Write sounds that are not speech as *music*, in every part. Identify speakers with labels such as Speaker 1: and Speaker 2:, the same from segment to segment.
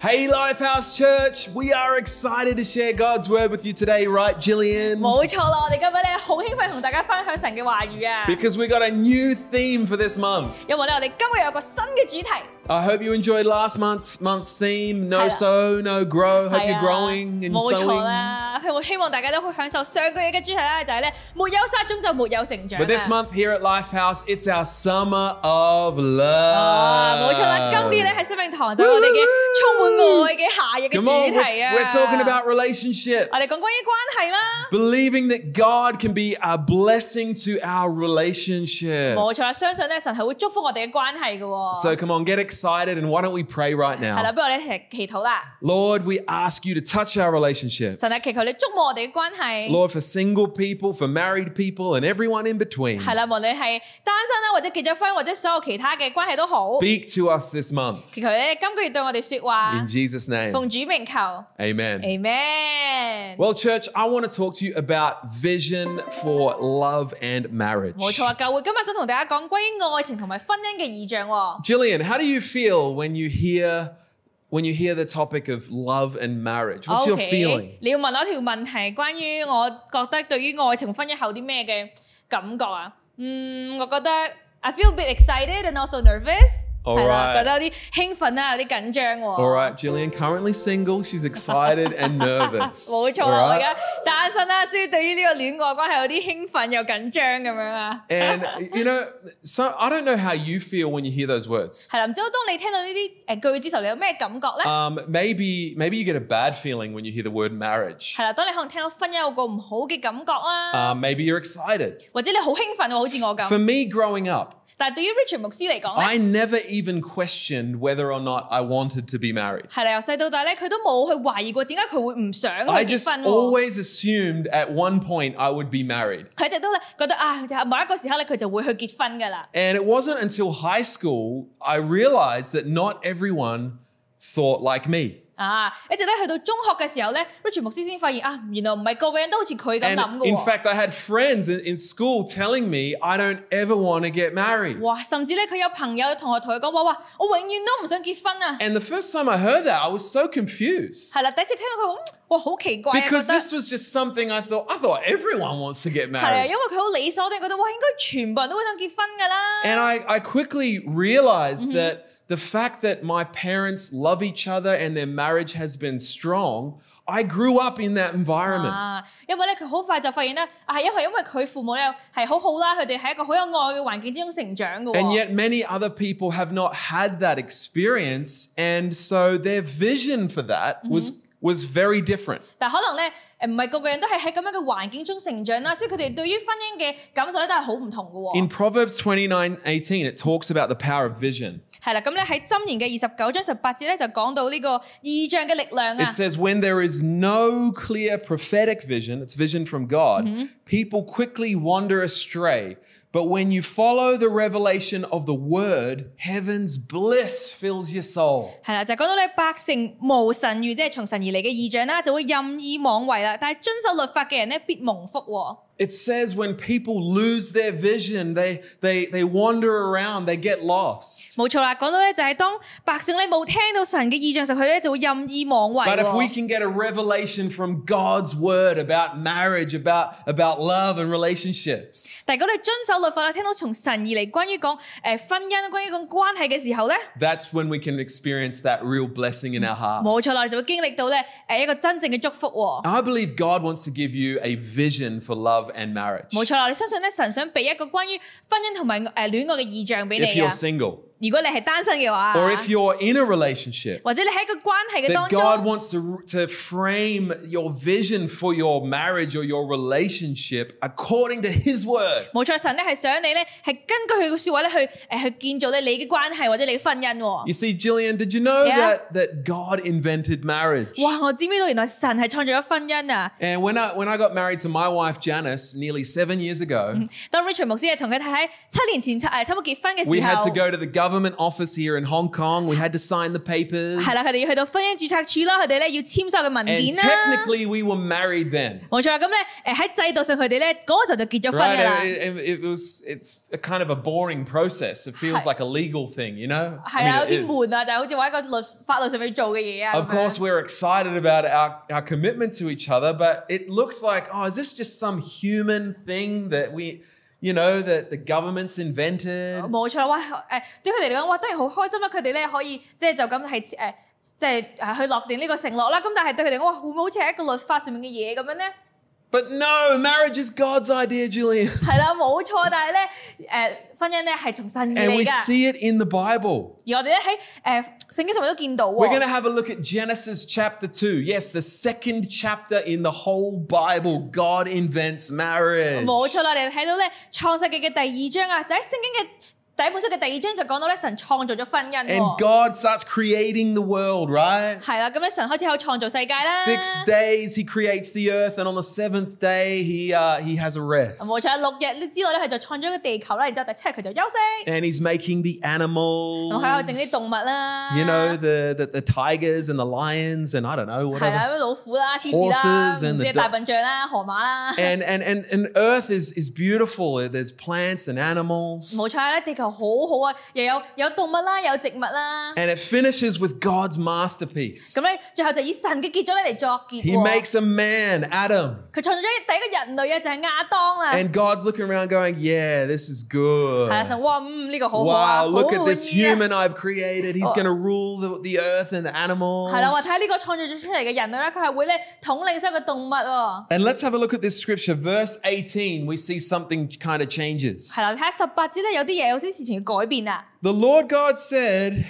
Speaker 1: Hey, Lifehouse Church, we are excited to share God's word with you today, right, Jillian?
Speaker 2: 冇錯啦，我哋今日咧好興奮同大家分享神嘅話語啊！
Speaker 1: Because we got a new theme for this month.
Speaker 2: 因為咧，我哋今日有個新嘅主題，
Speaker 1: I hope you enjoyed last month's month's theme, no
Speaker 2: Yeah.
Speaker 1: sow, no grow. Hope
Speaker 2: 係
Speaker 1: you're
Speaker 2: 啊
Speaker 1: growing and
Speaker 2: 冇錯
Speaker 1: sowing.
Speaker 2: 啦。希望希望大家都好享受上個月嘅主題啦，就係咧沒有撒種就沒有成長啊
Speaker 1: But this month here at Lifehouse, it's our summer of
Speaker 2: 啊，
Speaker 1: love.
Speaker 2: 冇錯啦，今年咧喺生命堂就係我哋嘅充滿愛嘅夏日嘅
Speaker 1: Come on,
Speaker 2: 主
Speaker 1: we're,
Speaker 2: 題啊！
Speaker 1: we're talking about relationships.
Speaker 2: 我哋講關於關係啦，
Speaker 1: Believing that God can be a blessing to our relationships.
Speaker 2: 冇錯啦，相信咧神係會祝福我哋嘅關係嘅喎
Speaker 1: So。come on, get excited and why don't we pray right
Speaker 2: 係
Speaker 1: now?
Speaker 2: 啦，不如我哋一齊祈禱啦。
Speaker 1: Lord, we ask you to touch our relationships.
Speaker 2: 神啊，祈求你觸摸我哋嘅關係。
Speaker 1: Lord, for single people, for married people, and everyone in between.
Speaker 2: 係啦，無論係單身啦，或者結咗婚，或者所有其他嘅關係都好，
Speaker 1: Speak to us this month.
Speaker 2: 祈求咧今個月對我哋說話
Speaker 1: In，Jesus' name.
Speaker 2: 奉主名求
Speaker 1: Amen.
Speaker 2: ，Amen。
Speaker 1: Well, church, I want to talk to you about vision for love and marriage.
Speaker 2: 冇錯啊，教會今日想同大家講關於愛情同埋婚姻嘅異象喎。
Speaker 1: Jillian, how do you feel when you hear when you hear the topic of love and marriage? What's your feeling?
Speaker 2: 你要問我一條問題，關於我覺得對於愛情婚姻後啲咩嘅感覺啊？嗯，我覺得 I feel a bit excited and also nervous。
Speaker 1: Alright
Speaker 2: 係啦，覺得有啲興奮啦，有啲緊張喎。
Speaker 1: All right, Jillian, currently single, she's excited and nervous.
Speaker 2: 冇錯
Speaker 1: All
Speaker 2: 啊！我而
Speaker 1: right?
Speaker 2: 家單身啦，所以對於呢個戀愛關係有啲興奮又緊張咁樣啊。
Speaker 1: And you know, so I don't know how you feel when you hear those words.
Speaker 2: 係啦，唔知道當你聽到呢啲誒句子時候，你有咩感覺咧？
Speaker 1: Um, maybe maybe you get a bad feeling when you hear the word marriage.
Speaker 2: 係啦，當你可能聽到婚姻有個唔好嘅感覺啊，
Speaker 1: Uh, maybe you're excited.
Speaker 2: 或者你好興奮喎，好似我
Speaker 1: For
Speaker 2: 咁。
Speaker 1: me, growing up,
Speaker 2: 但係對於 Richard 牧師嚟講咧，
Speaker 1: I never even questioned whether or not I wanted to be married.
Speaker 2: 係啦，由細到大咧，佢都冇去懷疑過點解佢會唔想
Speaker 1: I
Speaker 2: 去
Speaker 1: just
Speaker 2: 結婚喎。
Speaker 1: always assumed at one point I would be married.
Speaker 2: 佢一直都咧覺得啊，某一個時刻咧，佢就會去結婚㗎啦。
Speaker 1: And it wasn't until high school I realized that not everyone thought like me.
Speaker 2: 啊，一直咧去到中學嘅時候咧，Richard 牧師先發現啊，原來唔係個個人都好似佢咁諗
Speaker 1: And
Speaker 2: 㗎
Speaker 1: in
Speaker 2: 喎。
Speaker 1: fact, I had friends in, in school telling me I don't ever want to get married.
Speaker 2: 哇！甚至咧，佢有朋友同學同佢講話，哇！我永遠都唔想結婚啊。
Speaker 1: And the first time I heard that, I was so confused
Speaker 2: 係啦，第一次聽到佢話，嗯哇，好奇怪啊，覺得
Speaker 1: because
Speaker 2: 係
Speaker 1: this was just something I thought I thought everyone wants to get
Speaker 2: 啊，因
Speaker 1: married.
Speaker 2: 為佢好理所當然覺得，哇，應該全部人都會想結婚㗎啦。
Speaker 1: And I, I quickly realized that the fact that my parents love each other and their marriage has been strong, I grew up in that environment.
Speaker 2: 啊，因為咧佢好快就發現咧，啊，因為因為佢父母咧係好好啦，佢哋喺一個好有愛嘅環境之中成長嘅
Speaker 1: And yet,
Speaker 2: 喎。
Speaker 1: many other people have not had that experience, and so their vision for that was was very different.
Speaker 2: 但可能咧，誒唔係個個人都係喺咁樣嘅環境中成長啦，所以佢哋對於婚姻嘅感受咧都係好唔同嘅
Speaker 1: In
Speaker 2: 喎。
Speaker 1: Proverbs twenty nine eighteen, it talks about the power of vision.
Speaker 2: 係啦，咁咧喺箴言嘅二十九章十八節咧就講到呢個異象嘅力量啊
Speaker 1: It。says, "When there is no clear prophetic vision, it's vision from God. People quickly wander astray." But when you follow the revelation of the word, heaven's bliss fills your soul.
Speaker 2: 係啦，就講到咧百姓無神諭，即係從神而嚟嘅異象啦，就會任意妄為啦。但係遵守律法嘅人咧，必蒙福喎。
Speaker 1: It says when people lose their vision, they they they wander around, they get lost.
Speaker 2: 冇錯啦，講到咧就係當百姓咧冇聽到神嘅異象時候，佢咧就會任意妄為
Speaker 1: But if we
Speaker 2: 喎。
Speaker 1: can get a revelation from God's word about marriage, about about love and relationships,
Speaker 2: 但係如果你遵守律法啦，聽到從神而嚟關於講誒、呃婚姻、關於講關係嘅時候咧，
Speaker 1: that's when we can experience that real blessing in our
Speaker 2: 冇
Speaker 1: hearts.
Speaker 2: 錯啦，你就會經歷到咧誒、呃一個真正嘅祝福喎。
Speaker 1: I believe God wants to give you a vision for love and marriage.
Speaker 2: 冇錯啦，你相信咧神想俾一個關於婚姻同埋誒戀愛嘅異象俾
Speaker 1: If
Speaker 2: 你啊
Speaker 1: you're。single
Speaker 2: 如果你係單身嘅話，
Speaker 1: or if you're in a relationship,
Speaker 2: 或者你喺一個關係嘅當
Speaker 1: that
Speaker 2: 中。
Speaker 1: God wants to, to frame your vision for your marriage or your relationship according to His word.
Speaker 2: 冇錯，神咧係想你咧係根據佢嘅説話咧去誒、呃去建造咧你嘅關係或者你嘅婚姻喎、
Speaker 1: You see, Jillian, did you know
Speaker 2: Yeah.
Speaker 1: that that God invented marriage?
Speaker 2: 哇！我知唔知道原來神係創造咗婚姻啊？
Speaker 1: And when I when I got married to my wife Janice nearly seven years ago,
Speaker 2: 當 Richard 牧師係同佢太太七年前誒差唔多結婚嘅
Speaker 1: we
Speaker 2: 時
Speaker 1: had to
Speaker 2: 候，
Speaker 1: go to the government office here in Hong Kong. We had to sign the papers.
Speaker 2: 係啦，佢哋要去到婚姻註冊處啦，佢哋咧要簽收嘅文
Speaker 1: And
Speaker 2: 件啦。
Speaker 1: technically, we were married then.
Speaker 2: 冇錯啦，咁咧誒喺制度上佢哋咧嗰個時候就結咗婚㗎
Speaker 1: Right?
Speaker 2: 啦。
Speaker 1: It, it- it was. It's a kind of a boring process. It feels
Speaker 2: Hi.
Speaker 1: like a legal thing, you know.
Speaker 2: 係啊，有
Speaker 1: it
Speaker 2: 啲
Speaker 1: is.
Speaker 2: 悶啊，就係好似話一個律法律上面做嘅嘢啊。
Speaker 1: Of
Speaker 2: 咁樣
Speaker 1: course, we're excited about our, our commitment to each other, but it looks like, oh, is this just some human thing that we, you know, that the government's invented?
Speaker 2: 冇錯，哇！誒，對佢哋嚟講，哇，當然好開心啦！佢哋咧可以即係就咁係誒，即係誒去落定呢個承諾啦。咁但係對佢哋講，哇，會唔會好似係一個律法上面嘅嘢咁樣咧？
Speaker 1: But no, marriage is God's idea, Julian.
Speaker 2: 係啦，冇錯，但係咧誒，婚姻咧係從神而
Speaker 1: And
Speaker 2: 嚟
Speaker 1: we
Speaker 2: 㗎。
Speaker 1: see it in the Bible.
Speaker 2: 而我哋咧喺誒聖經上面都見到
Speaker 1: We're going to
Speaker 2: 喎。
Speaker 1: have a look at Genesis chapter 2. Yes, the second chapter in the whole Bible. God invents marriage.
Speaker 2: 冇錯啦，你睇到咧創世記嘅第二章啊，就喺聖經嘅第一本書嘅第二章就講到咧神創造咗婚姻
Speaker 1: And
Speaker 2: 喎。
Speaker 1: God starts creating the world, right?
Speaker 2: 係啦，咁咧神開始喺度創造世界啦。
Speaker 1: Six days he creates the earth, and on the seventh day he uh, he has a rest.
Speaker 2: 冇錯，六日之內咧，佢就創咗個地球啦，然之後第七日佢就休息。
Speaker 1: and he's making the
Speaker 2: 我喺度整啲
Speaker 1: animals.
Speaker 2: 動物啦
Speaker 1: You know the, the the tigers and the lions and I don't know
Speaker 2: 係
Speaker 1: whatever.
Speaker 2: 啦，老虎啦、獅子啦，
Speaker 1: Horses and
Speaker 2: 唔
Speaker 1: the
Speaker 2: 知
Speaker 1: dog-
Speaker 2: 大笨象啦、河馬啦，
Speaker 1: And and and and Earth is is beautiful. There's plants and animals.
Speaker 2: *laughs* 冇錯啦，地球好好啊，又有有動物啦，有植物啦，
Speaker 1: And it finishes with God's masterpiece.
Speaker 2: 咁咧最後就以神嘅結咗咧嚟作結
Speaker 1: He
Speaker 2: 喎。
Speaker 1: makes a man, Adam,
Speaker 2: 佢創造咗第一個人類啊，就係亞當啦。
Speaker 1: and God's looking around, going, "Yeah, this is
Speaker 2: 係啊，神
Speaker 1: good."
Speaker 2: 哇，嗯呢個好好啊，
Speaker 1: Wow,
Speaker 2: 好
Speaker 1: look at
Speaker 2: 滿
Speaker 1: this
Speaker 2: 意啊。
Speaker 1: human I've created. He's
Speaker 2: Oh.
Speaker 1: going to rule the, the earth and the animals.
Speaker 2: 係啦，我睇下呢個創造咗出嚟嘅人類啦，佢係會咧統領所有嘅動物喎。
Speaker 1: And let's have a look at this scripture, verse 18. We see something kind of changes.
Speaker 2: 係啦，睇下十八節咧，有啲嘢有啲事情要改變啊。
Speaker 1: The Lord God said,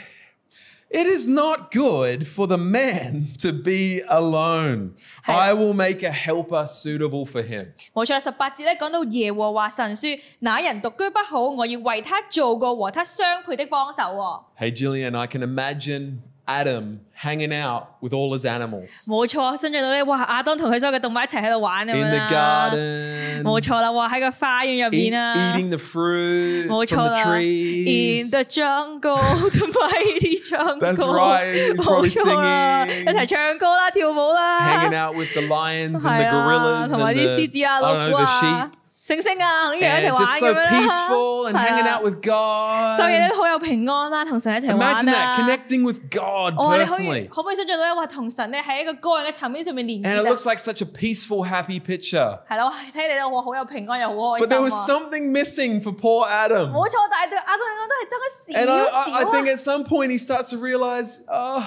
Speaker 1: It is not good for the man *laughs* to be alone.
Speaker 2: Hey.
Speaker 1: I will make a helper suitable for him.
Speaker 2: 冇錯啦，十八節咧講到耶和華神説：那人獨居不好，我要為他做個和他相配的幫手喎。
Speaker 1: Hey, Jillian, I can imagine Adam hanging out with all his animals
Speaker 2: 冇錯，想象到咧，哇！亞當同佢所有嘅動物一齊喺度玩咁
Speaker 1: in
Speaker 2: 樣
Speaker 1: the
Speaker 2: 啦。
Speaker 1: garden,
Speaker 2: 冇錯啦，哇！喺個花園入
Speaker 1: eat-
Speaker 2: 邊啦。
Speaker 1: eating the fruit from
Speaker 2: 冇錯
Speaker 1: the
Speaker 2: 啦，In
Speaker 1: trees.
Speaker 2: the
Speaker 1: *laughs*
Speaker 2: jungle, the mighty jungle。
Speaker 1: That's right, probably
Speaker 2: 冇錯啦，
Speaker 1: singing.
Speaker 2: 一齊唱歌啦，跳舞啦
Speaker 1: Hanging，out with the lions and
Speaker 2: 係
Speaker 1: the
Speaker 2: 啊，
Speaker 1: gorillas
Speaker 2: 同埋
Speaker 1: and
Speaker 2: 啲
Speaker 1: the,
Speaker 2: 獅子啊、
Speaker 1: I
Speaker 2: 老
Speaker 1: don't
Speaker 2: 虎
Speaker 1: know, the
Speaker 2: 啊
Speaker 1: sheep.、
Speaker 2: 猩猩啊，咁樣一齊
Speaker 1: And
Speaker 2: 玩
Speaker 1: just
Speaker 2: 咁
Speaker 1: so
Speaker 2: 樣啦。
Speaker 1: peaceful and
Speaker 2: 係
Speaker 1: hanging
Speaker 2: 啦
Speaker 1: out with God.
Speaker 2: 所以咧好有平安啦，同神一齊玩
Speaker 1: Imagine that
Speaker 2: 啊。
Speaker 1: connecting with God
Speaker 2: 我話你可以
Speaker 1: personally.
Speaker 2: 可唔可以想象到咧？哇，同神咧喺一個個人嘅層面上面連接
Speaker 1: And it
Speaker 2: 啊
Speaker 1: looks like such a peaceful, happy picture.
Speaker 2: 係啦，哇睇你咧，我好有平安又好
Speaker 1: But there
Speaker 2: 開
Speaker 1: was
Speaker 2: 心啊！
Speaker 1: something missing for poor Adam.
Speaker 2: 冇錯，但係哎對亞當嚟講都係
Speaker 1: And
Speaker 2: 爭
Speaker 1: I,
Speaker 2: 咗少
Speaker 1: I, I
Speaker 2: 少
Speaker 1: think
Speaker 2: 啊。
Speaker 1: at some point he starts to realize, oh,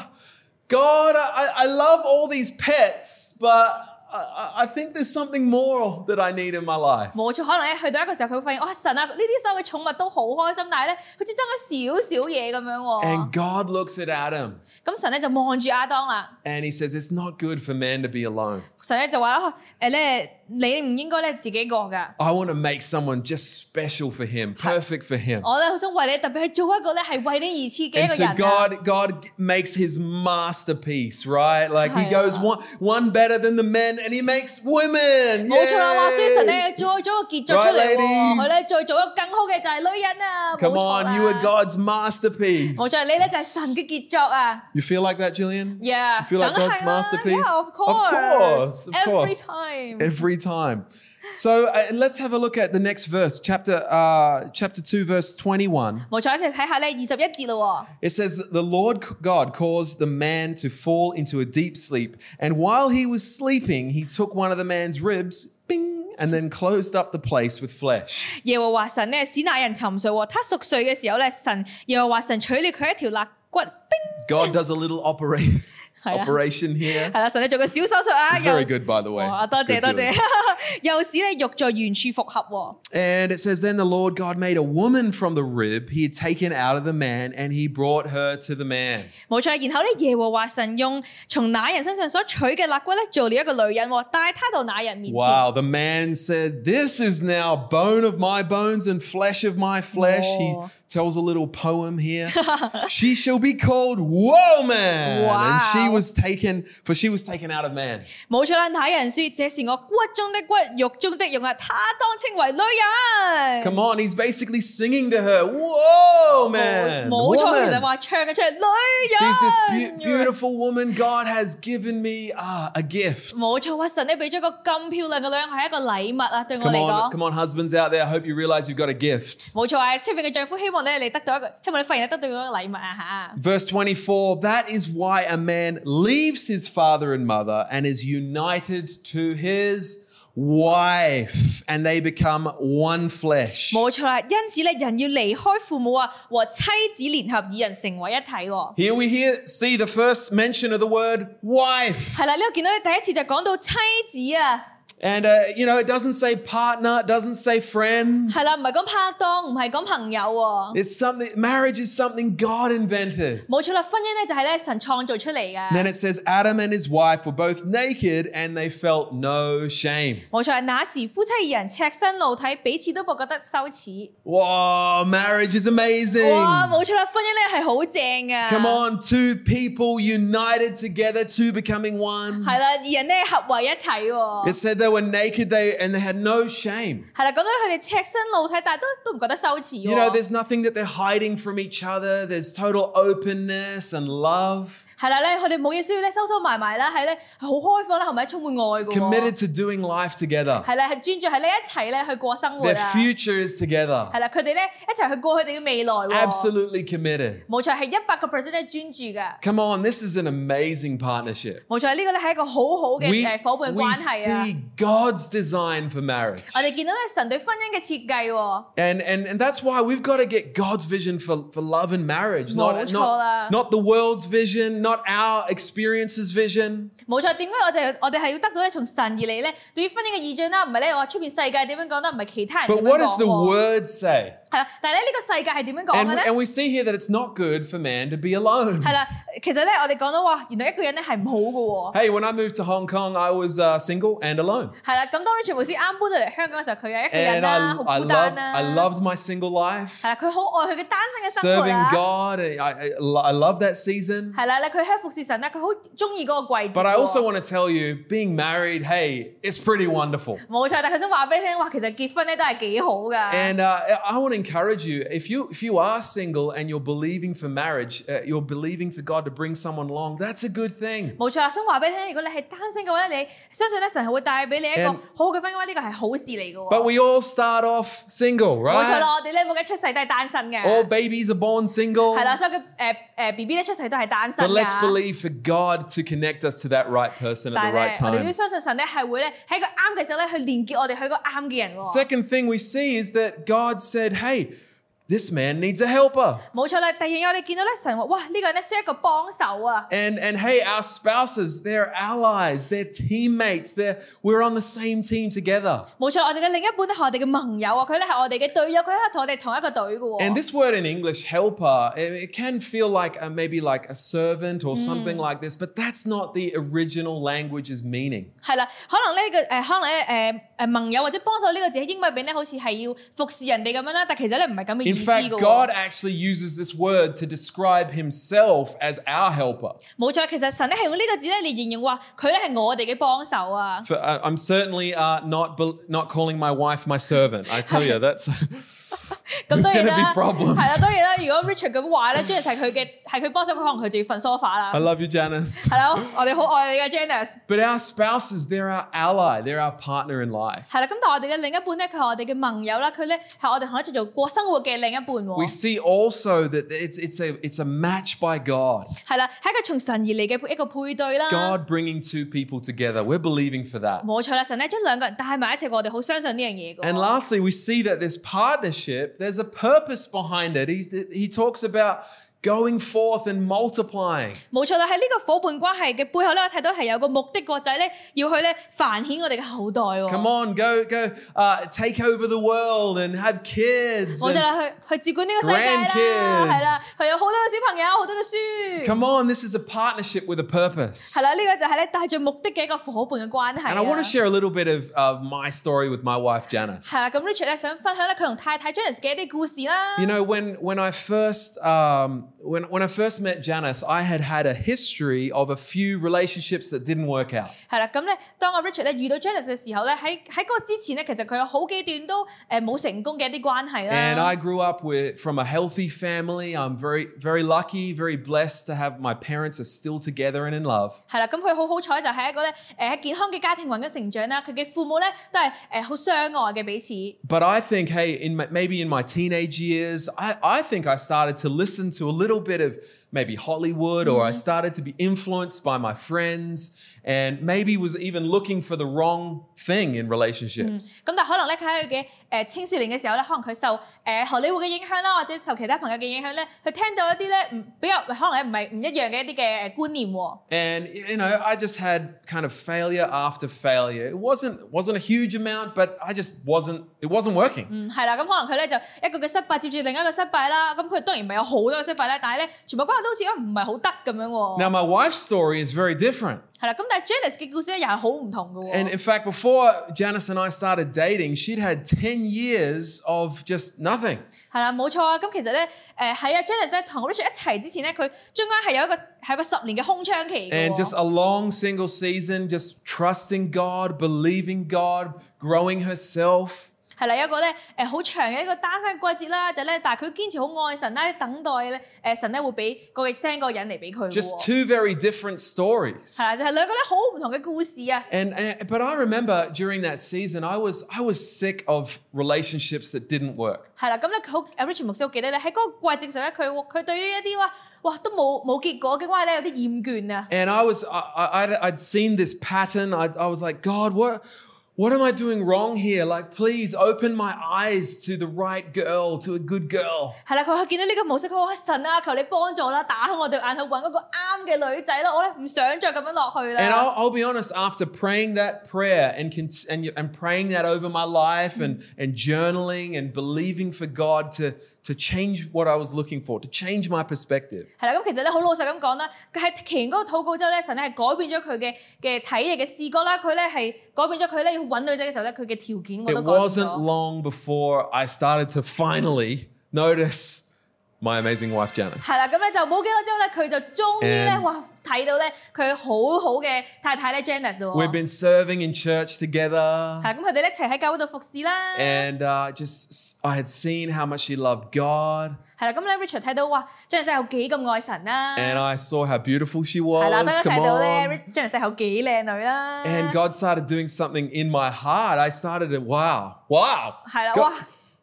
Speaker 1: God, I, I I love all these pets, but I, I- I think there's something more that I need in my life.
Speaker 2: 冇錯，可能咧去到一個時候，佢會發現，哇！神啊，呢啲所有嘅寵物都好開心，但係咧，好似爭咗少少嘢咁樣
Speaker 1: And
Speaker 2: 喎。
Speaker 1: God looks at Adam
Speaker 2: 咁神咧就望住亞當啦，
Speaker 1: and he says, it's not good for man to be alone.
Speaker 2: 神咧就話啦：誒咧，你唔應該咧自己過㗎。
Speaker 1: I want to make someone just special for him, perfect for him.
Speaker 2: 我咧好想為你特別去做一個咧係為你而設嘅一
Speaker 1: And
Speaker 2: 個
Speaker 1: so
Speaker 2: 人啊。
Speaker 1: God, God makes His masterpiece, right? Like He
Speaker 2: Oh, Yeah.
Speaker 1: goes one one better than the men, and He makes women.
Speaker 2: 冇錯啦，哇！所以神
Speaker 1: Yay!
Speaker 2: 咧再做一個傑作出嚟
Speaker 1: Right,
Speaker 2: 喎，
Speaker 1: ladies.
Speaker 2: 佢咧再做一個更好嘅就係女人啊，冇
Speaker 1: Come
Speaker 2: 錯
Speaker 1: on, you are
Speaker 2: 啦。
Speaker 1: God's masterpiece.
Speaker 2: 冇錯，你咧就係神嘅傑作啊。
Speaker 1: You feel like that, Jillian?
Speaker 2: Yeah，
Speaker 1: You feel like
Speaker 2: 梗係
Speaker 1: God's
Speaker 2: 啦
Speaker 1: masterpiece?
Speaker 2: Yeah, of
Speaker 1: Of course,
Speaker 2: course,
Speaker 1: of
Speaker 2: every
Speaker 1: course.
Speaker 2: time.
Speaker 1: Every time. So uh, let's have a look at the next verse, chapter uh, chapter two, verse twenty-one.
Speaker 2: 冇錯，一齊睇下咧二十一節咯
Speaker 1: It says, The Lord God caused the man to fall into a deep sleep. And while he was sleeping, he took one of the man's ribs, bing, and then closed up the place with flesh.
Speaker 2: 喎。耶和華神咧使那人沉睡喎，他熟睡嘅時候咧，神耶和華神取了佢一條肋骨，冰
Speaker 1: God does a little operation
Speaker 2: 係啦，
Speaker 1: operation here.
Speaker 2: 係啦，神咧做個小手術啊，
Speaker 1: It's very
Speaker 2: 又
Speaker 1: good, by the way.
Speaker 2: 哇
Speaker 1: It's
Speaker 2: 多
Speaker 1: good
Speaker 2: 謝多
Speaker 1: doing.
Speaker 2: 謝， *laughs* 又使咧肉在原處復合
Speaker 1: And it says, Then the Lord God made a woman from the rib he had taken out of the man, and he brought her to the man.
Speaker 2: 喎，冇錯。然後咧耶和華神用從那人身上所取嘅肋骨咧做了一個女人喎，帶他到那人面前。
Speaker 1: Wow, the man said, This is now bone of my bones and flesh of my flesh. He
Speaker 2: Whoa. *laughs*
Speaker 1: tells a little poem here. she shall be called Woman,
Speaker 2: Wow.
Speaker 1: and she was taken, for she was taken out of man.
Speaker 2: 冇錯啦，那人說：這是我骨中的骨，肉中的肉啊！他當稱為女人。
Speaker 1: Come on, he's basically singing to her, Whoa,
Speaker 2: 冇
Speaker 1: man.
Speaker 2: 冇錯，其
Speaker 1: woman.
Speaker 2: 實話唱嘅出嚟，
Speaker 1: She's this
Speaker 2: 女
Speaker 1: beau-
Speaker 2: *laughs* 人。
Speaker 1: beautiful woman. God has given me ah, a gift.
Speaker 2: 冇錯，哇！神你俾咗個咁漂亮嘅女人係一個禮物啊，對我
Speaker 1: Come
Speaker 2: 嚟
Speaker 1: on,
Speaker 2: 講。
Speaker 1: come on, husbands out there. I hope you realize you've got a gift.
Speaker 2: 冇錯啊，出面嘅丈夫希望咧你得到一個，希望你發現你得到一個禮物啊嚇。
Speaker 1: Verse 24 That is why a man leaves his father and mother and is united to his wife, and they become one flesh.
Speaker 2: 冇錯啦，因此咧，人要離開父母啊，和妻子聯合，二人成為一體喎。
Speaker 1: Here we hear, see the first mention of the word wife.
Speaker 2: 係啦，呢度見到咧第一次就講到妻子啊，
Speaker 1: And, uh, you know, it doesn't say partner, it doesn't say friend.
Speaker 2: 係啦，唔係講拍檔，唔係講朋友喎。
Speaker 1: It's something, marriage is something God invented.
Speaker 2: 冇錯啦，婚姻咧就係咧神創造出嚟
Speaker 1: And
Speaker 2: 嘅。
Speaker 1: then it says Adam and his wife were both naked and they felt no shame.
Speaker 2: 冇錯，那時夫妻二人赤身露體，彼此都冇覺得羞恥。
Speaker 1: Wow, marriage is amazing.
Speaker 2: 哇，冇錯啦，婚姻咧係好正啊嘅。
Speaker 1: Come on, two people united together, two becoming one.
Speaker 2: 係啦，二人咧合為一體喎
Speaker 1: It。said they were naked they and they had no shame.
Speaker 2: 係啦，講到佢哋赤身露體，但係都都唔覺得羞恥
Speaker 1: You know,
Speaker 2: 喎。
Speaker 1: there's nothing that they're hiding from each other. There's total openness and love,
Speaker 2: 係啦咧，佢哋冇嘢需要咧收收埋埋啦，係咧係好開放啦，同埋充滿愛嘅
Speaker 1: committed
Speaker 2: 喎。
Speaker 1: to doing life together.
Speaker 2: 係啦，係專注喺咧一齊咧去過生活
Speaker 1: Their
Speaker 2: 啊。
Speaker 1: future is together.
Speaker 2: 係啦，佢哋咧一齊去過佢哋嘅未來喎。
Speaker 1: Absolutely committed.
Speaker 2: 冇錯，係一百個 percent 咧專注嘅。
Speaker 1: Come on, this is an amazing partnership.
Speaker 2: 冇錯，呢個咧係一個好好嘅
Speaker 1: We,
Speaker 2: 誒伙伴
Speaker 1: we
Speaker 2: 關係啊！
Speaker 1: see God's design for marriage.
Speaker 2: 我哋見到咧神對婚姻嘅設計喎，
Speaker 1: And, and, and that's why we've got to get God's vision for, for love and marriage, not,
Speaker 2: Mochara.
Speaker 1: not, not the world's vision, not our experiences vision.
Speaker 2: 冇錯。點解我就係我哋係要得到咧從神而嚟咧對於婚姻嘅意象啦，唔係咧我話出面世界點樣講啦，唔係其他人點
Speaker 1: But
Speaker 2: 樣
Speaker 1: what does
Speaker 2: 講
Speaker 1: the
Speaker 2: 喎。
Speaker 1: word say?
Speaker 2: 係啦，但係咧呢個世界係點樣講
Speaker 1: And, and
Speaker 2: 嘅咧？
Speaker 1: we see here that it's not good for man to be alone.
Speaker 2: 係啦，其實咧我哋講到話，原來一個人咧係唔好嘅喎。
Speaker 1: Hey, when I moved to Hong Kong, I was uh, single and alone.
Speaker 2: 係啦，咁當然全部先啱搬到嚟香港嘅時候，佢係一個
Speaker 1: And
Speaker 2: 人
Speaker 1: I,
Speaker 2: 啦，好
Speaker 1: I,
Speaker 2: 孤
Speaker 1: loved,
Speaker 2: 單
Speaker 1: I
Speaker 2: 啦。
Speaker 1: loved my single life,
Speaker 2: 係啦，佢好愛佢嘅單身嘅生活啊
Speaker 1: serving
Speaker 2: 啦。
Speaker 1: God. I, I, I love that season.
Speaker 2: 係啦，咧佢喺服侍神啦，佢好中意嗰個季節
Speaker 1: But I also
Speaker 2: 喎。
Speaker 1: want to tell you, being married, hey, it's pretty wonderful.
Speaker 2: 冇錯，但係佢想話俾你聽，哇，其實結婚咧都係幾好㗎。
Speaker 1: And uh, I want to encourage you if you if you are single and you're believing for marriage, uh, you're believing for God to bring someone along. That's a good thing.
Speaker 2: 冇錯啊！想話俾你聽，如果你係單身嘅話咧，你相信咧神係會帶俾你一個
Speaker 1: And-
Speaker 2: 好嘅婚姻，呢個係好事嚟嘅
Speaker 1: But
Speaker 2: 喎。
Speaker 1: we all start off single,
Speaker 2: 冇錯
Speaker 1: right?
Speaker 2: 啦，我哋咧冇計出世都係單身
Speaker 1: All
Speaker 2: 嘅，
Speaker 1: babies are born single.
Speaker 2: 係啦，所以佢誒誒 B B 咧出世都係單身
Speaker 1: But let's
Speaker 2: 㗎。
Speaker 1: believe for God to connect us to that right person at the
Speaker 2: 但係咧
Speaker 1: right，
Speaker 2: 我哋要
Speaker 1: time.
Speaker 2: 相信神咧係會咧喺一個啱嘅時候咧去連結我哋去一個啱嘅人喎。
Speaker 1: Second thing we see is that God said, "Hey, this man needs a helper."
Speaker 2: 冇錯啦，第二樣我哋見到咧神話，哇呢個人咧需要一個幫手啊！
Speaker 1: And and hey, our spouses, they're allies, they're teammates, they're we're on the same team together.
Speaker 2: 冇錯，我哋嘅另一半咧係我哋嘅盟友啊，佢咧係我哋嘅隊友，佢係同我哋同一個隊嘅
Speaker 1: And
Speaker 2: 喎。
Speaker 1: this word in English, helper, it, it can feel like uh maybe like a servant or something like this, but that's not the original language's meaning.
Speaker 2: 係啦，可能呢個誒，可能咧誒誒盟友或者幫手呢個字喺英文入邊咧，好似係要服侍人哋咁樣啦，但其實咧唔係咁嘅
Speaker 1: In
Speaker 2: 意思嘅
Speaker 1: fact, God
Speaker 2: 喎。
Speaker 1: actually uses this word to describe himself as our helper.
Speaker 2: 冇錯，其實神咧係用呢個字咧嚟形容話佢咧係我哋嘅幫手啊。
Speaker 1: For, I- I'm certainly uh, not bel not calling my wife my servant. I tell you, that's *laughs*
Speaker 2: 咁
Speaker 1: there's
Speaker 2: 當然
Speaker 1: going to
Speaker 2: 啦，
Speaker 1: be
Speaker 2: 係啦，
Speaker 1: problems.
Speaker 2: 當然啦。如果 Richard 咁話咧，即係係佢嘅係佢幫手，佢可能佢就要瞓 sofa
Speaker 1: I
Speaker 2: 啦。
Speaker 1: love you, Janice.
Speaker 2: 係啦，我哋好愛你嘅 Janice。
Speaker 1: But our spouses, they're our ally, they're our partner in life.
Speaker 2: 係啦，咁但係我哋嘅另一半咧，佢係我哋嘅盟友啦，佢咧係我哋同一齊做過生活嘅另一半
Speaker 1: We
Speaker 2: 喎。
Speaker 1: see also that it's it's a it's a match by God.
Speaker 2: 係啦，係一個從神而嚟嘅一個配對啦。
Speaker 1: God bringing two people together. We're believing for that.
Speaker 2: 冇錯啦，神咧將兩個人帶埋一齊，我哋好相信呢樣嘢嘅喎。
Speaker 1: And lastly, we see that this partnership, there's a purpose behind it. He's, he talks about going forth and multiplying.
Speaker 2: 冇錯啦，喺呢個伙伴關係嘅背後咧，我睇到係有個目的個仔咧，要去咧繁衍我哋嘅後代喎。
Speaker 1: Come on, go, go, uh, take over the world and have kids.
Speaker 2: 冇錯
Speaker 1: And
Speaker 2: 啦，去去照管呢個世界啦，
Speaker 1: Grandkids
Speaker 2: 係啦，佢有好多嘅小朋友，好多嘅書，
Speaker 1: come on, this is a partnership with a purpose.
Speaker 2: 係啦，呢個就係咧帶住目的嘅一個伙伴嘅關係
Speaker 1: And I want to
Speaker 2: 啊。
Speaker 1: share a little bit of uh, my story with my wife, Janice.
Speaker 2: 係啦，咁 Richard 咧想分享咧佢同太太 Janice 嘅一啲故事啦
Speaker 1: You。know, when when I first um, um, when, when I first met Janice, I had had a history of a few relationships that didn't work out.
Speaker 2: 係啦，咁咧，當阿 Richard 咧遇到 Janice 嘅時候咧，喺喺嗰個之前咧，其實佢有好幾段都誒冇成功嘅一啲關係
Speaker 1: And
Speaker 2: 啦
Speaker 1: I。grew up with from a healthy family. I'm very, very lucky, very blessed to have my parents are still together and in love.
Speaker 2: 係啦，咁佢好好彩就係一個咧誒喺健康嘅家庭環境成長啦，佢嘅父母咧都係誒好相愛嘅彼此。
Speaker 1: But I think, hey, in my, maybe in my teenage years, I, I think I started to listen to a little bit of maybe Hollywood, or I started to be influenced by my friends, and maybe was even looking for the wrong thing in relationships.
Speaker 2: 咁但係可能咧，佢喺佢嘅誒呃青少年嘅時候咧，可能佢受誒荷里活嘅影響啦，或者受其他朋友嘅影響咧，佢聽到一啲咧唔比較可能咧唔係唔一樣嘅一啲嘅誒觀念喎。
Speaker 1: And you know, I just had kind of failure after failure. It wasn't wasn't a huge amount, but I just wasn't. It wasn't working.
Speaker 2: 嗯，係啦，咁可能佢咧就一個嘅失敗接住另一個失敗啦，咁佢當然唔係有好多嘅失敗啦，但係咧全部關係都好似啊唔係好得咁樣
Speaker 1: Now,
Speaker 2: 喎。
Speaker 1: my wife's story is very different.
Speaker 2: 係啦，咁但係 Janice 嘅故事咧又係好唔同嘅
Speaker 1: And
Speaker 2: 喎
Speaker 1: in。fact, before Janice and I started dating, she'd had 10 years of just nothing.
Speaker 2: 係啦，冇錯啊。咁其實咧，誒喺啊 Janice 咧同 Richard 一齊之前咧，佢中間係有一個係有個十年嘅空窗期嘅
Speaker 1: And just
Speaker 2: 喎。
Speaker 1: a long single season, just trusting God, believing God, growing herself.
Speaker 2: 係啦，有一個咧誒好長嘅一個單身嘅季節啦，就咧但係佢堅持好愛神啦，等待咧誒神咧會俾個嘅 send 個人嚟俾佢嘅
Speaker 1: Just
Speaker 2: 喎。
Speaker 1: two very different stories.
Speaker 2: 係啦，就係兩個咧好唔同嘅故事啊。
Speaker 1: And, and but I remember during that season, I was I was sick of relationships that didn't work.
Speaker 2: 係啦，咁咧佢好阿 Richard 牧師好記得咧，喺嗰個季節上咧，佢佢對呢一啲哇哇都冇冇結果嘅關係咧有啲厭倦啊！
Speaker 1: And I was I, I I'd, I'd seen this pattern. I, I was like, God, what what am I doing wrong here? Like, please open my eyes to the right girl, to a good girl.
Speaker 2: 係啦，佢佢見到呢個模式，佢話哇神啊，求你幫助啦，打開我對眼去揾嗰個啱嘅女仔啦，我咧唔想再咁樣落去
Speaker 1: And I'll,
Speaker 2: 啦。
Speaker 1: I'll be honest, after praying that prayer and, cont- and, and praying that over my life and, and journaling and believing for God to, to change what I was looking for, to change my perspective,
Speaker 2: 係啦，咁其實咧好老實咁講啦，佢喺祈完嗰個禱告之後咧，神咧係改變咗佢嘅嘅睇嘢嘅視覺啦，佢咧係改變咗佢咧要揾女仔嘅時候咧，佢嘅條件我
Speaker 1: it
Speaker 2: 都改變
Speaker 1: wasn't
Speaker 2: 咗。
Speaker 1: long before I started to finally notice my amazing wife, Janice.
Speaker 2: 係啦，咁咧就冇幾耐之後咧，佢就終於咧
Speaker 1: And-
Speaker 2: 哇睇到咧佢好好嘅太太咧 Janice 喎。
Speaker 1: We've been serving in church together.
Speaker 2: 係咁，佢哋咧一齊喺教會度服侍啦。
Speaker 1: And uh, just, s- I had seen how much she loved God,
Speaker 2: 係啦，咁咧 Richard 睇到哇，Janice 真係有幾咁愛神啊啦。
Speaker 1: and
Speaker 2: 係
Speaker 1: I saw how beautiful she
Speaker 2: 啦，
Speaker 1: was.
Speaker 2: 大家
Speaker 1: Come
Speaker 2: 睇到
Speaker 1: on.
Speaker 2: 咧，Janice 真係有幾靚女啦。
Speaker 1: And God started doing something in my heart. I started to, wow, wow.
Speaker 2: 係啦，
Speaker 1: God-
Speaker 2: 哇！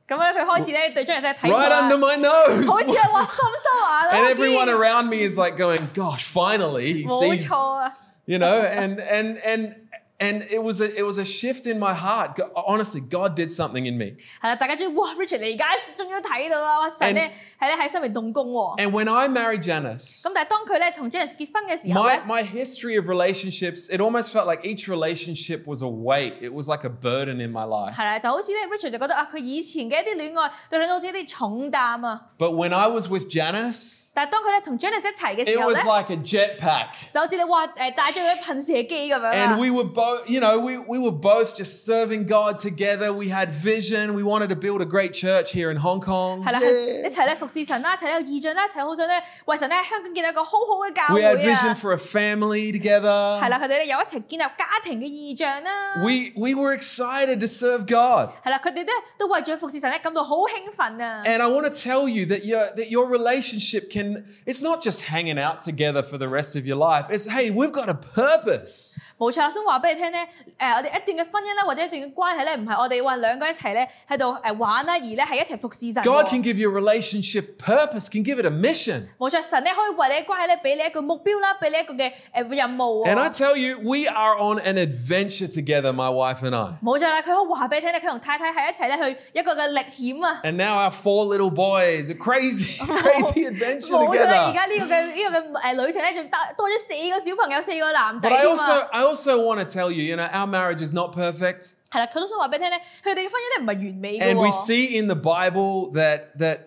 Speaker 2: 咁咧佢開始咧對 Janice 真係睇過
Speaker 1: Right
Speaker 2: 啦
Speaker 1: under my nose.
Speaker 2: 好
Speaker 1: *laughs*
Speaker 2: 似係哇心收眼啊
Speaker 1: and
Speaker 2: 啦。
Speaker 1: everyone
Speaker 2: 啲
Speaker 1: around me is like going, gosh, finally he
Speaker 2: 冇
Speaker 1: sees,
Speaker 2: 錯啊，
Speaker 1: you know, and, and, and, and it was a, it was a shift in my heart. Go- Honestly, God did something in me.
Speaker 2: 係啦，大家中意哇，Richard 你而家終於都睇到啦，哇！神咧係咧喺身邊動工喎。
Speaker 1: And when I married Janice,
Speaker 2: 咁但係當佢咧同 Janice 結婚嘅時候
Speaker 1: my,
Speaker 2: 咧，
Speaker 1: my history of relationships, it almost felt like each relationship was a weight. It was like a burden in my life.
Speaker 2: 係啦，就好似咧 Richard 就覺得啊，佢以前嘅一啲戀愛對佢好似一啲重擔啊。
Speaker 1: But when I was with Janice,
Speaker 2: 但係當佢咧同 Janice 一齊嘅
Speaker 1: it
Speaker 2: 時候
Speaker 1: was
Speaker 2: 咧。
Speaker 1: like a jetpack.
Speaker 2: 就好似你話誒帶咗佢啲噴射機咁樣啊啦
Speaker 1: And we were both, you know, we, we were both just serving God together. We had vision. We wanted to build a great church here in Hong Kong.
Speaker 2: 係啦，
Speaker 1: Yeah.
Speaker 2: 係一齊咧服侍神啦，一齊咧有異象啦，一齊好想咧為神咧喺香港建立一個好好嘅教
Speaker 1: We
Speaker 2: 會
Speaker 1: had vision
Speaker 2: 啊！
Speaker 1: for a family
Speaker 2: 係
Speaker 1: together.
Speaker 2: 啦，佢哋咧有一齊建立家庭嘅異象啦。
Speaker 1: We, we were excited to serve God.
Speaker 2: 係啦，佢哋咧都為咗服侍神咧感到好興奮啊！
Speaker 1: And I want to tell you that your, that your relationship can, it's not just hanging out together for the rest of your life. It's, hey, we've got a purpose.
Speaker 2: 冇錯啦，先話俾你聽咧，誒、我哋一段嘅婚姻啦，或者一段嘅關係咧，唔係我哋話兩個一齊咧喺度誒玩啦，而咧係一齊服侍神
Speaker 1: God can
Speaker 2: 喎。
Speaker 1: give your relationship purpose, can give it a mission.
Speaker 2: 冇錯，神咧可以為你嘅關係咧俾你一個目標啦，俾你一個嘅誒、任務啊
Speaker 1: And I
Speaker 2: 喎。
Speaker 1: tell you, we are on an adventure together, my wife and I.
Speaker 2: 冇錯啦，佢可以話俾你聽咧，佢同太太喺一齊咧去一個嘅歷險啊！
Speaker 1: And now our four little boys, a crazy, *laughs* crazy adventure
Speaker 2: 冇咗啦！而
Speaker 1: together.
Speaker 2: 家呢個嘅呢個嘅誒旅程咧，仲多多咗四個小朋友，四個男仔
Speaker 1: But I
Speaker 2: 添
Speaker 1: also,
Speaker 2: 啊！
Speaker 1: I also want to tell you, you know, our marriage is not perfect,
Speaker 2: 係啦，佢都想話俾你聽咧，佢哋嘅婚姻咧唔係完美嘅
Speaker 1: and we
Speaker 2: 喎。
Speaker 1: see in the Bible that that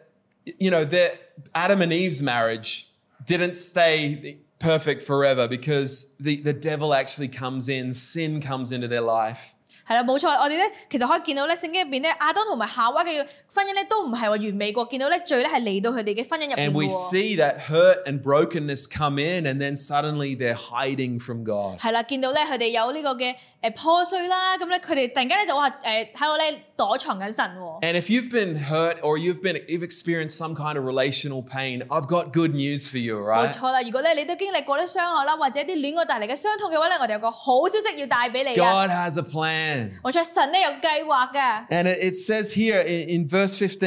Speaker 1: you know that Adam and Eve's marriage didn't stay perfect forever because the the devil actually comes in, sin comes into their life.
Speaker 2: 係啦，冇錯，我哋咧其實可以見到咧聖經入邊咧亞當同埋夏娃嘅婚姻咧都唔係話完美過，見到咧罪咧係嚟到佢哋嘅婚姻入邊
Speaker 1: And we
Speaker 2: 嘅喎。
Speaker 1: see that hurt and brokenness come in, and then suddenly they're hiding from God.
Speaker 2: 係啦，見到咧佢哋有呢個嘅誒破碎啦，咁咧佢哋突然間咧就話誒喺度咧躲藏緊神喎。
Speaker 1: And if you've been hurt or you've been you've experienced some kind of relational pain, I've got good news for you,
Speaker 2: 冇
Speaker 1: right?
Speaker 2: 錯啦，如果咧你都經歷過啲傷害啦，或者啲戀愛帶嚟嘅傷痛嘅話咧，我哋有個好消息要帶俾你啊！
Speaker 1: God has a plan.
Speaker 2: 冇錯，神咧有計劃嘅。
Speaker 1: And it, it says here in, in verse 15,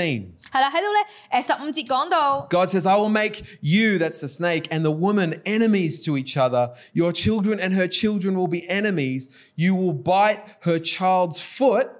Speaker 2: 係啦，喺度咧誒十五節講到。
Speaker 1: God says, I will make you, that's the snake, and the woman enemies to each other. Your children and her children will be enemies. You will bite her child's foot,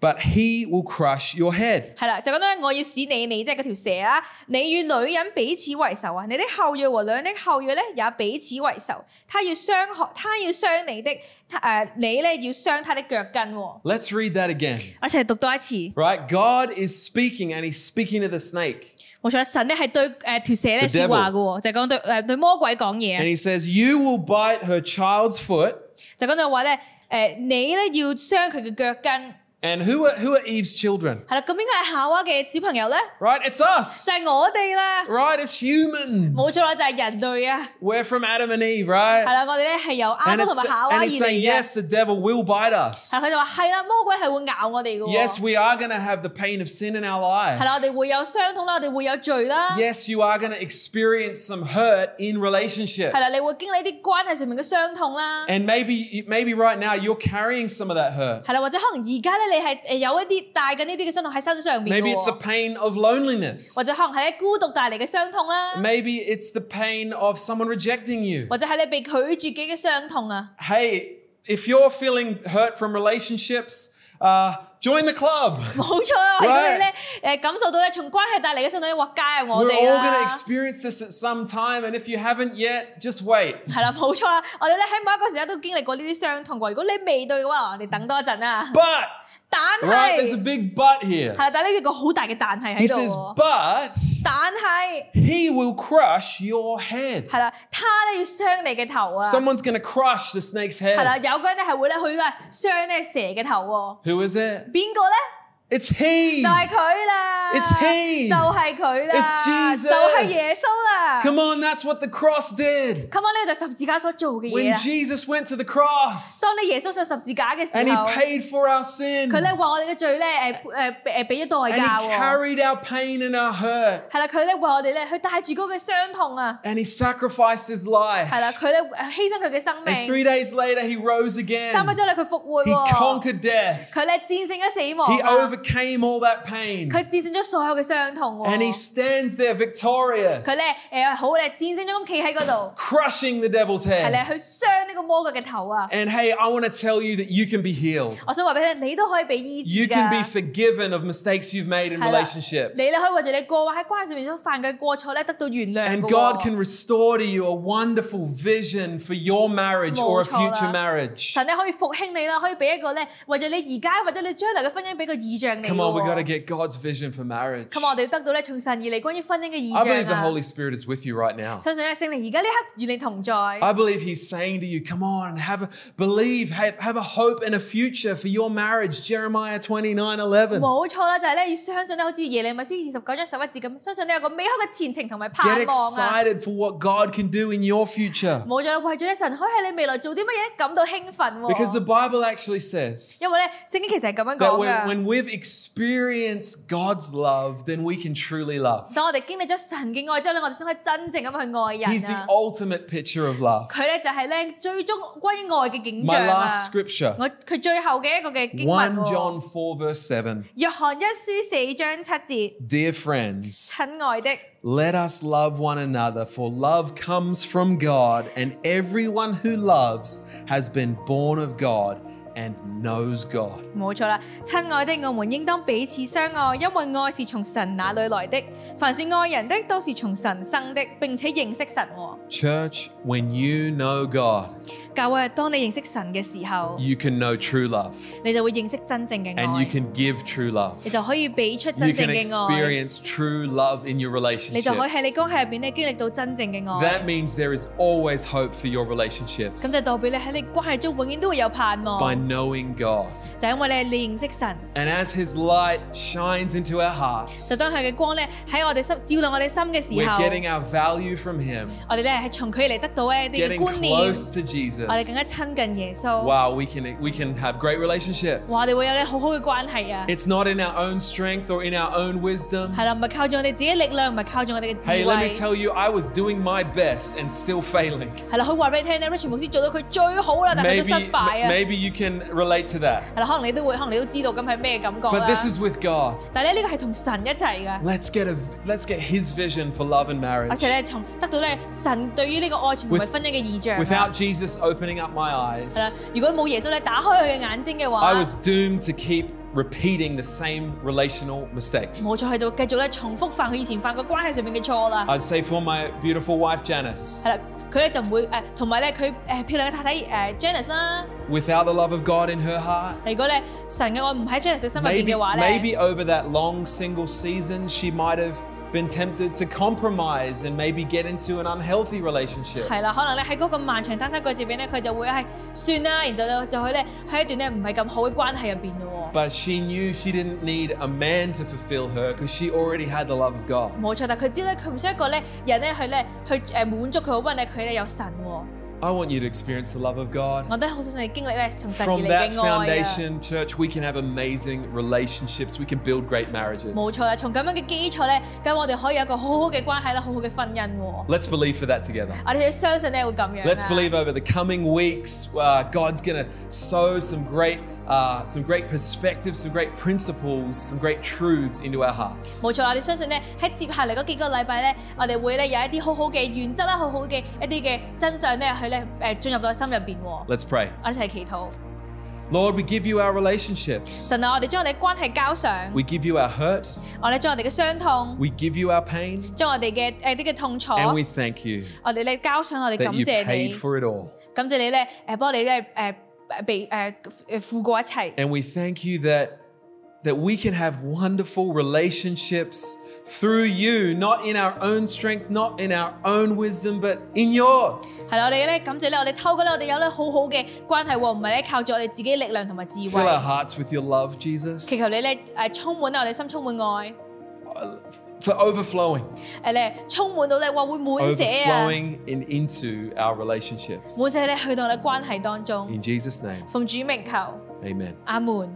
Speaker 1: but he will crush your head.
Speaker 2: 係啦，就講到咧，我要使你你即係嗰條蛇啊，你與女人彼此為仇啊，你的後裔和女人的後裔咧也彼此為仇，他要傷害，他要傷你的，誒、呃、你咧要傷他的腳跟喎、
Speaker 1: Let's read that again.
Speaker 2: 我一齊讀多一次，
Speaker 1: Right? God is speaking and he's speaking to the snake.
Speaker 2: 冇錯，神咧係對誒條、蛇咧
Speaker 1: The devil
Speaker 2: 説話嘅喎，就係講對誒、呃對魔鬼講嘢
Speaker 1: And
Speaker 2: 啊，
Speaker 1: he says, You will bite her child's foot.
Speaker 2: 就講到話咧誒你咧要傷佢嘅腳跟，係
Speaker 1: And who are, who are Eve's children?
Speaker 2: 啦，咁應該係夏娃嘅小朋友咧，
Speaker 1: Right? It's us.
Speaker 2: 就係、我哋啦，
Speaker 1: Right? It's humans.
Speaker 2: 冇錯啦，就係、人類啊，
Speaker 1: We're from Adam and Eve,
Speaker 2: 係
Speaker 1: right?
Speaker 2: 啦，我哋咧係由亞
Speaker 1: And
Speaker 2: 當同
Speaker 1: it's,
Speaker 2: 埋夏娃
Speaker 1: and
Speaker 2: 而
Speaker 1: it's
Speaker 2: 嚟
Speaker 1: saying,
Speaker 2: 嘅。
Speaker 1: yes, the devil will bite
Speaker 2: 係
Speaker 1: us.
Speaker 2: 佢就話係啦，魔鬼係會咬我哋嘅喎。
Speaker 1: Yes, we are going to have the pain of sin in our
Speaker 2: 係啦，
Speaker 1: life.
Speaker 2: 我哋會有傷痛啦，我哋會有罪啦。
Speaker 1: Yes, you are going to experience some hurt in
Speaker 2: 係
Speaker 1: relationships.
Speaker 2: 啦，你會經歷啲關係上面嘅傷痛啦。
Speaker 1: And maybe, maybe right now you're carrying some of that hurt.
Speaker 2: 係啦，或者可能而家咧，你係誒有一啲帶緊呢啲嘅傷痛喺身上面
Speaker 1: Maybe
Speaker 2: 嘅
Speaker 1: it's the
Speaker 2: 喎，
Speaker 1: pain of loneliness.
Speaker 2: 或者可能係咧孤獨帶嚟嘅傷痛啦，
Speaker 1: Maybe it's the pain of someone rejecting you.
Speaker 2: 或者係你被拒絕嘅嘅傷痛啊。 *laughs*
Speaker 1: hey, if you're feeling hurt from relationships, uh, join the club.
Speaker 2: 冇錯啊啦，如果
Speaker 1: Right
Speaker 2: 你咧誒感受到咧從關係帶嚟嘅傷痛咧，哇！加入我
Speaker 1: We're
Speaker 2: 哋啊
Speaker 1: all going to
Speaker 2: 啦。
Speaker 1: experience this at some time, and if you haven't yet, just wait.
Speaker 2: 係啦，冇錯啊！我哋咧喺某一個時間都經歷過呢啲傷痛喎。如果你未對嘅話，我哋等多一陣啊啦。
Speaker 1: But,
Speaker 2: 但
Speaker 1: right, there's a
Speaker 2: 係
Speaker 1: big but
Speaker 2: 係
Speaker 1: here.
Speaker 2: 啦，但係呢個好大嘅但係
Speaker 1: He
Speaker 2: 喺度
Speaker 1: says,
Speaker 2: 喎。
Speaker 1: but
Speaker 2: 但係
Speaker 1: he will crush your head.
Speaker 2: 係啦，他咧要傷你嘅頭啊，
Speaker 1: Someone's going to crush the snake's
Speaker 2: 係啦，
Speaker 1: head.
Speaker 2: 有個人咧係會咧去咧傷咧蛇嘅頭喎，
Speaker 1: Who is it?
Speaker 2: 邊個咧？
Speaker 1: It's he.
Speaker 2: 就係佢啦
Speaker 1: It's he
Speaker 2: 就係佢
Speaker 1: It's
Speaker 2: 啦，
Speaker 1: Jesus
Speaker 2: 就係耶穌啦。
Speaker 1: Come on, that's what the cross did.
Speaker 2: Come on 呢個就係十字架所做嘅嘢
Speaker 1: When
Speaker 2: 啦。
Speaker 1: Jesus went to the cross
Speaker 2: 當你耶穌上十字架嘅
Speaker 1: and
Speaker 2: 時
Speaker 1: he
Speaker 2: 候，
Speaker 1: paid for our sin.
Speaker 2: 佢咧話我哋嘅罪咧誒誒誒俾咗代
Speaker 1: And
Speaker 2: 價
Speaker 1: he
Speaker 2: 喎，
Speaker 1: carried our pain and our hurt.
Speaker 2: 係啦，佢咧為我哋咧去帶住嗰個傷痛啊，
Speaker 1: And he sacrificed his life.
Speaker 2: 係啦，佢咧犧牲佢嘅生
Speaker 1: And three
Speaker 2: 命，
Speaker 1: days later, he rose again.
Speaker 2: 三日之後咧佢復活
Speaker 1: He
Speaker 2: 喎，
Speaker 1: conquered death.
Speaker 2: 佢咧戰勝咗死亡
Speaker 1: He
Speaker 2: 啊
Speaker 1: overcame all that pain.
Speaker 2: 佢戰勝咗所有嘅傷痛
Speaker 1: And he
Speaker 2: 喎。
Speaker 1: stands there
Speaker 2: 佢咧
Speaker 1: victorious,
Speaker 2: 誒好咧，戰勝咗咁企喺嗰度，
Speaker 1: crushing the devil's
Speaker 2: 係咧
Speaker 1: head.
Speaker 2: 去傷呢個魔鬼嘅頭啊！
Speaker 1: And hey, I want to tell you that you can be healed.
Speaker 2: 我想話俾你聽，你都可以被醫
Speaker 1: You
Speaker 2: 治
Speaker 1: can
Speaker 2: 噶。
Speaker 1: be forgiven of mistakes you've made in
Speaker 2: 係啦
Speaker 1: relationships.
Speaker 2: 你咧可以為住你過往喺關係上面所犯嘅過錯咧得到原諒
Speaker 1: And
Speaker 2: 㗎
Speaker 1: God can
Speaker 2: 喎。
Speaker 1: restore to you a wonderful vision for your marriage or a
Speaker 2: 冇錯啦。
Speaker 1: future marriage.
Speaker 2: 神咧可以復興你啦，可以俾一個咧為咗你而家或者你將來嘅婚姻俾個意象你㗎
Speaker 1: Come on, we got to
Speaker 2: 喎。
Speaker 1: get God's vision for marriage.
Speaker 2: Come on，我哋得到咧從神而嚟關於婚姻嘅意
Speaker 1: I believe
Speaker 2: 象
Speaker 1: the
Speaker 2: 啊！
Speaker 1: Holy Spirit is with you right now.
Speaker 2: 相信咧聖靈而家呢刻與你同在。
Speaker 1: I believe He's saying to you, come on, have a believe, have, have a hope and a future for your marriage. Jeremiah 29 11.
Speaker 2: *laughs* 冇錯啦，就係咧要相信咧，好似耶利米書二十九章十一節咁，相信你有個美好嘅前程同埋
Speaker 1: Get
Speaker 2: 盼望啊！
Speaker 1: excited for what God can do in your future.
Speaker 2: 冇咗啦，為咗咧神可以喺你未來做啲乜嘢感到興奮
Speaker 1: Because the
Speaker 2: 喎。
Speaker 1: Bible actually says
Speaker 2: 因為咧聖經其實係咁樣
Speaker 1: that
Speaker 2: 講
Speaker 1: when,
Speaker 2: 嘅。
Speaker 1: when we've experienced God's love, then we can truly love.
Speaker 2: 當我哋經歷咗神嘅愛之後咧，我哋先可以真正咁去愛
Speaker 1: He's the
Speaker 2: 人啊！
Speaker 1: ultimate picture of love.
Speaker 2: 佢咧就係咧最終關於愛嘅景
Speaker 1: My
Speaker 2: 象啊！
Speaker 1: last scripture,
Speaker 2: 我佢最後嘅一個嘅經文
Speaker 1: 1
Speaker 2: 喎
Speaker 1: John 4, verse 7.
Speaker 2: 約翰一書四章七節，
Speaker 1: Dear friends,
Speaker 2: 親愛的，
Speaker 1: Let us love one another, for love comes from God, and everyone who loves has been born of God and knows God.
Speaker 2: 冇錯啦，親愛的，我們應當彼此相愛，因為愛是從神那裏來的。凡是愛人的，都是從神生的，並且認識神喎。
Speaker 1: Church, when you know God,
Speaker 2: 教會係當你認識神嘅時候，
Speaker 1: you can know true love
Speaker 2: 你就會認識真正嘅
Speaker 1: and you
Speaker 2: 愛，
Speaker 1: can give true love.
Speaker 2: 你就可以俾出真
Speaker 1: You
Speaker 2: 正
Speaker 1: can
Speaker 2: 嘅愛，
Speaker 1: experience true love in your
Speaker 2: 你就可以喺你
Speaker 1: relationships.
Speaker 2: 關係入邊咧經歷到真正嘅愛。
Speaker 1: That means there is always hope for your
Speaker 2: 咁
Speaker 1: relationships
Speaker 2: 就代表你喺你關係中永遠都會有盼
Speaker 1: by
Speaker 2: 望，
Speaker 1: knowing God.
Speaker 2: 就因為你你認識神，
Speaker 1: And as His light shines into our
Speaker 2: 就
Speaker 1: hearts,
Speaker 2: 當佢嘅光咧喺我哋心照亮我哋心嘅時
Speaker 1: we're
Speaker 2: 候，
Speaker 1: getting our value from Him,
Speaker 2: 我哋咧係從佢嚟得到一啲嘅
Speaker 1: getting
Speaker 2: 觀念，
Speaker 1: close to
Speaker 2: 我哋更加
Speaker 1: Jesus.
Speaker 2: 親近耶穌，哇！
Speaker 1: Wow, we can we can have great relationships.
Speaker 2: 我哋會有咧好好嘅關係啊！
Speaker 1: It's not in our own strength or in our own wisdom.
Speaker 2: 係啦，唔係靠住我哋自己力量，唔係靠住我哋嘅
Speaker 1: Hey, let me
Speaker 2: 智慧。
Speaker 1: tell you, I was doing my best and still failing.
Speaker 2: 係啦，佢話俾你聽咧，Richard 牧師做到佢最好啦，但係佢都
Speaker 1: Maybe
Speaker 2: 失敗啊。
Speaker 1: maybe you can relate to that.
Speaker 2: 係啦，可能你都會，可能你都知道咁係咩感覺
Speaker 1: But
Speaker 2: 啦。
Speaker 1: this is with God.
Speaker 2: 但係咧，呢個係同神一齊㗎，
Speaker 1: Let's get a let's get His vision for love and
Speaker 2: 而
Speaker 1: marriage.
Speaker 2: 且咧從得到咧神對於呢個愛情同埋
Speaker 1: With-
Speaker 2: 婚姻嘅意象啊。
Speaker 1: Without Jesus opening up my
Speaker 2: 係啦
Speaker 1: eyes,，
Speaker 2: 如果冇耶穌咧打開佢嘅眼睛嘅
Speaker 1: I
Speaker 2: 話，
Speaker 1: was doomed to keep repeating the same relational mistakes.
Speaker 2: 冇錯，佢就會繼續咧重複犯佢以前犯過關係上面嘅錯啦。
Speaker 1: I'd say for my beautiful wife Janice,
Speaker 2: 係啦，佢咧就唔會誒，同埋咧佢誒漂亮嘅太太誒 Janice 啦。
Speaker 1: without the love of God in her heart,
Speaker 2: 如果咧神嘅愛唔喺 Janice 嘅心入邊
Speaker 1: maybe,
Speaker 2: 嘅話咧。
Speaker 1: maybe over that long single season, she might have been tempted to compromise and maybe get into an unhealthy relationship.
Speaker 2: 係啦，可能咧喺嗰個漫長單身季節入邊咧，佢就會係算啦，然後就就去咧喺一段咧唔係咁好嘅關係入邊咯喎。
Speaker 1: But she knew she didn't need a man to fulfill her because she already had the love of God.
Speaker 2: 冇錯，但係佢知咧，佢唔需要一個咧人咧去咧去誒滿足佢好溫咧，佢咧有神喎。
Speaker 1: I want you to experience the love of God.
Speaker 2: 我都好相信你經歷咧從神而
Speaker 1: From
Speaker 2: 嚟
Speaker 1: that
Speaker 2: 嘅愛啊。
Speaker 1: foundation, church, we can have amazing relationships. We can build great
Speaker 2: 冇
Speaker 1: marriages.
Speaker 2: 錯啦，從咁樣嘅基礎咧，咁我哋可以有一個好好嘅關係啦，好好嘅婚姻喎。我
Speaker 1: Let's believe for that together.
Speaker 2: 哋要相信咧會咁樣啊。
Speaker 1: Let's believe over the coming weeks, uh, God's gonna sow some great, uh, some great perspectives, some great principles, some great truths into our hearts.
Speaker 2: 冇錯啦，我哋相信咧喺接下嚟嗰幾個禮拜咧，我哋會咧有一啲好好嘅原則啦，好好嘅一啲嘅真相咧，去咧誒進入到心入邊喎。我
Speaker 1: Let's pray.
Speaker 2: 哋一齊祈禱。
Speaker 1: Lord, we give you our relationships.
Speaker 2: 神啊，我哋將我哋嘅關係交上，
Speaker 1: We give you our hurt.
Speaker 2: 我哋將我哋嘅傷痛，
Speaker 1: We give you our pain.
Speaker 2: 將我哋嘅誒啲嘅痛楚，
Speaker 1: And we thank you
Speaker 2: 我哋咧交上，我哋感
Speaker 1: that you
Speaker 2: 謝
Speaker 1: paid
Speaker 2: 你，
Speaker 1: for it all.
Speaker 2: 感謝你咧誒幫你咧誒誒被誒誒付過一切。
Speaker 1: And we thank you that that we can have wonderful relationships through you, not in our own strength, not in our own wisdom, but in yours.
Speaker 2: 係啦，我哋咧感謝咧，我哋透過咧我哋有咧好好嘅關係喎，唔係咧靠住我哋自己力量同埋智
Speaker 1: Fill
Speaker 2: 慧。
Speaker 1: our hearts with your love, Jesus.
Speaker 2: 祈求你咧誒充滿咧我哋心充滿愛，
Speaker 1: To overflowing,
Speaker 2: 誒咧充滿到咧哇會滿瀉啊，
Speaker 1: overflowing in, into our relationships.
Speaker 2: 滿瀉咧去到我哋關係當中。
Speaker 1: In Jesus' name,
Speaker 2: 奉主名求，
Speaker 1: amen.
Speaker 2: 阿門。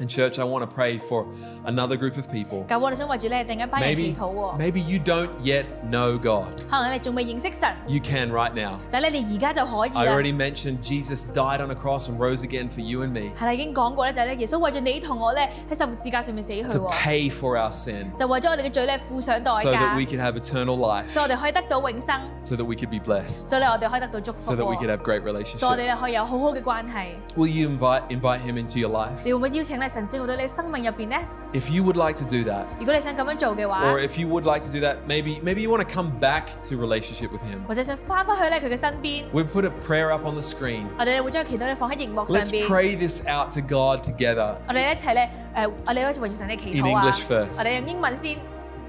Speaker 1: And, church, I want to pray for another group of people.
Speaker 2: 教會我哋想為住咧另一班人祈
Speaker 1: Maybe,
Speaker 2: 禱喎，
Speaker 1: maybe you don't yet know God.
Speaker 2: 可能咧你仲未認識神。
Speaker 1: You can right now.
Speaker 2: 但係咧，你而家就可以
Speaker 1: I
Speaker 2: 啦。
Speaker 1: already mentioned Jesus died on a cross and rose again for you and me
Speaker 2: 係啦，已經講過咧，就係咧，耶穌為咗你同我咧喺十字架上面死去
Speaker 1: to
Speaker 2: 喎，
Speaker 1: pay for our sin
Speaker 2: 就為咗我哋嘅罪咧付上代
Speaker 1: so that we
Speaker 2: 價，
Speaker 1: could have eternal life,
Speaker 2: 所以我哋可以得到永生，
Speaker 1: so that we could be
Speaker 2: 所以
Speaker 1: blessed,
Speaker 2: 咧我哋可以得到祝福
Speaker 1: so that we could
Speaker 2: 喎，
Speaker 1: have great
Speaker 2: 所以我哋咧
Speaker 1: relationships.
Speaker 2: 可以有好好嘅關係。
Speaker 1: Will you invite invite him into your life?
Speaker 2: 你會唔會邀請咧神進入到你生命入邊咧？
Speaker 1: If you would like to do that,
Speaker 2: 如果你想咁樣做嘅話，
Speaker 1: or if you would like to do that, maybe maybe you want to come back to relationship with him.
Speaker 2: 或者想翻返去咧佢嘅身邊，
Speaker 1: We've put a prayer up on the screen.
Speaker 2: 我哋咧會將祈禱咧放喺熒幕上
Speaker 1: Let's
Speaker 2: 邊，
Speaker 1: pray this out to God together
Speaker 2: 我哋一齊咧誒，我哋開始為住神嘅祈
Speaker 1: in
Speaker 2: 禱啊！
Speaker 1: English
Speaker 2: 我
Speaker 1: first.
Speaker 2: 哋用英文先，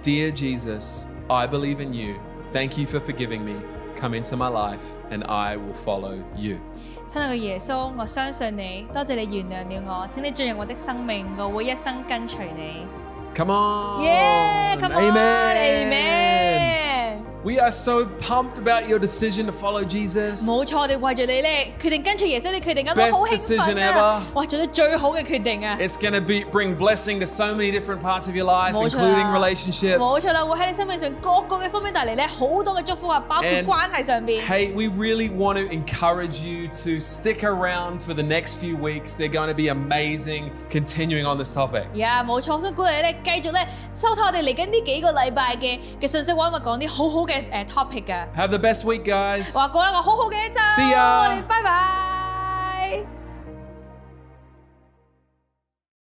Speaker 1: Dear Jesus, I believe in you. Thank you for forgiving me. Come into my life and I will follow you.
Speaker 2: 親愛嘅耶穌，我相信你，多謝你原諒了我，請你進入我的生命，我會一生跟隨你。
Speaker 1: Come on.
Speaker 2: Yeah, come
Speaker 1: Amen.
Speaker 2: on, amen.
Speaker 1: We are so pumped about your decision to follow Jesus.
Speaker 2: 冇錯，我哋為咗你咧，決定跟隨耶穌，你決定咁我
Speaker 1: Best
Speaker 2: 好興
Speaker 1: decision
Speaker 2: 奮
Speaker 1: ever.
Speaker 2: 啊！哇，做咗最好嘅決定啊！
Speaker 1: It's going to be bring blessing to so many different parts of your life,
Speaker 2: 冇錯啊。
Speaker 1: including relationships.
Speaker 2: 冇錯啦，會喺你生命上各個嘅方面帶嚟咧好多嘅祝福啊，包括
Speaker 1: And-
Speaker 2: 關係上邊。
Speaker 1: Hey, we really want to encourage you to stick around for the next few weeks. They're going to be amazing continuing on this topic.
Speaker 2: 呀，冇錯，我想鼓勵你咧，繼續咧收睇我哋嚟緊呢幾個禮拜嘅嘅信息，我因為講啲好好嘅誒呃 topic 啊
Speaker 1: Have
Speaker 2: 噶。
Speaker 1: the best week, guys.
Speaker 2: 話過一個好好嘅一周，
Speaker 1: See ya
Speaker 2: 我哋拜拜。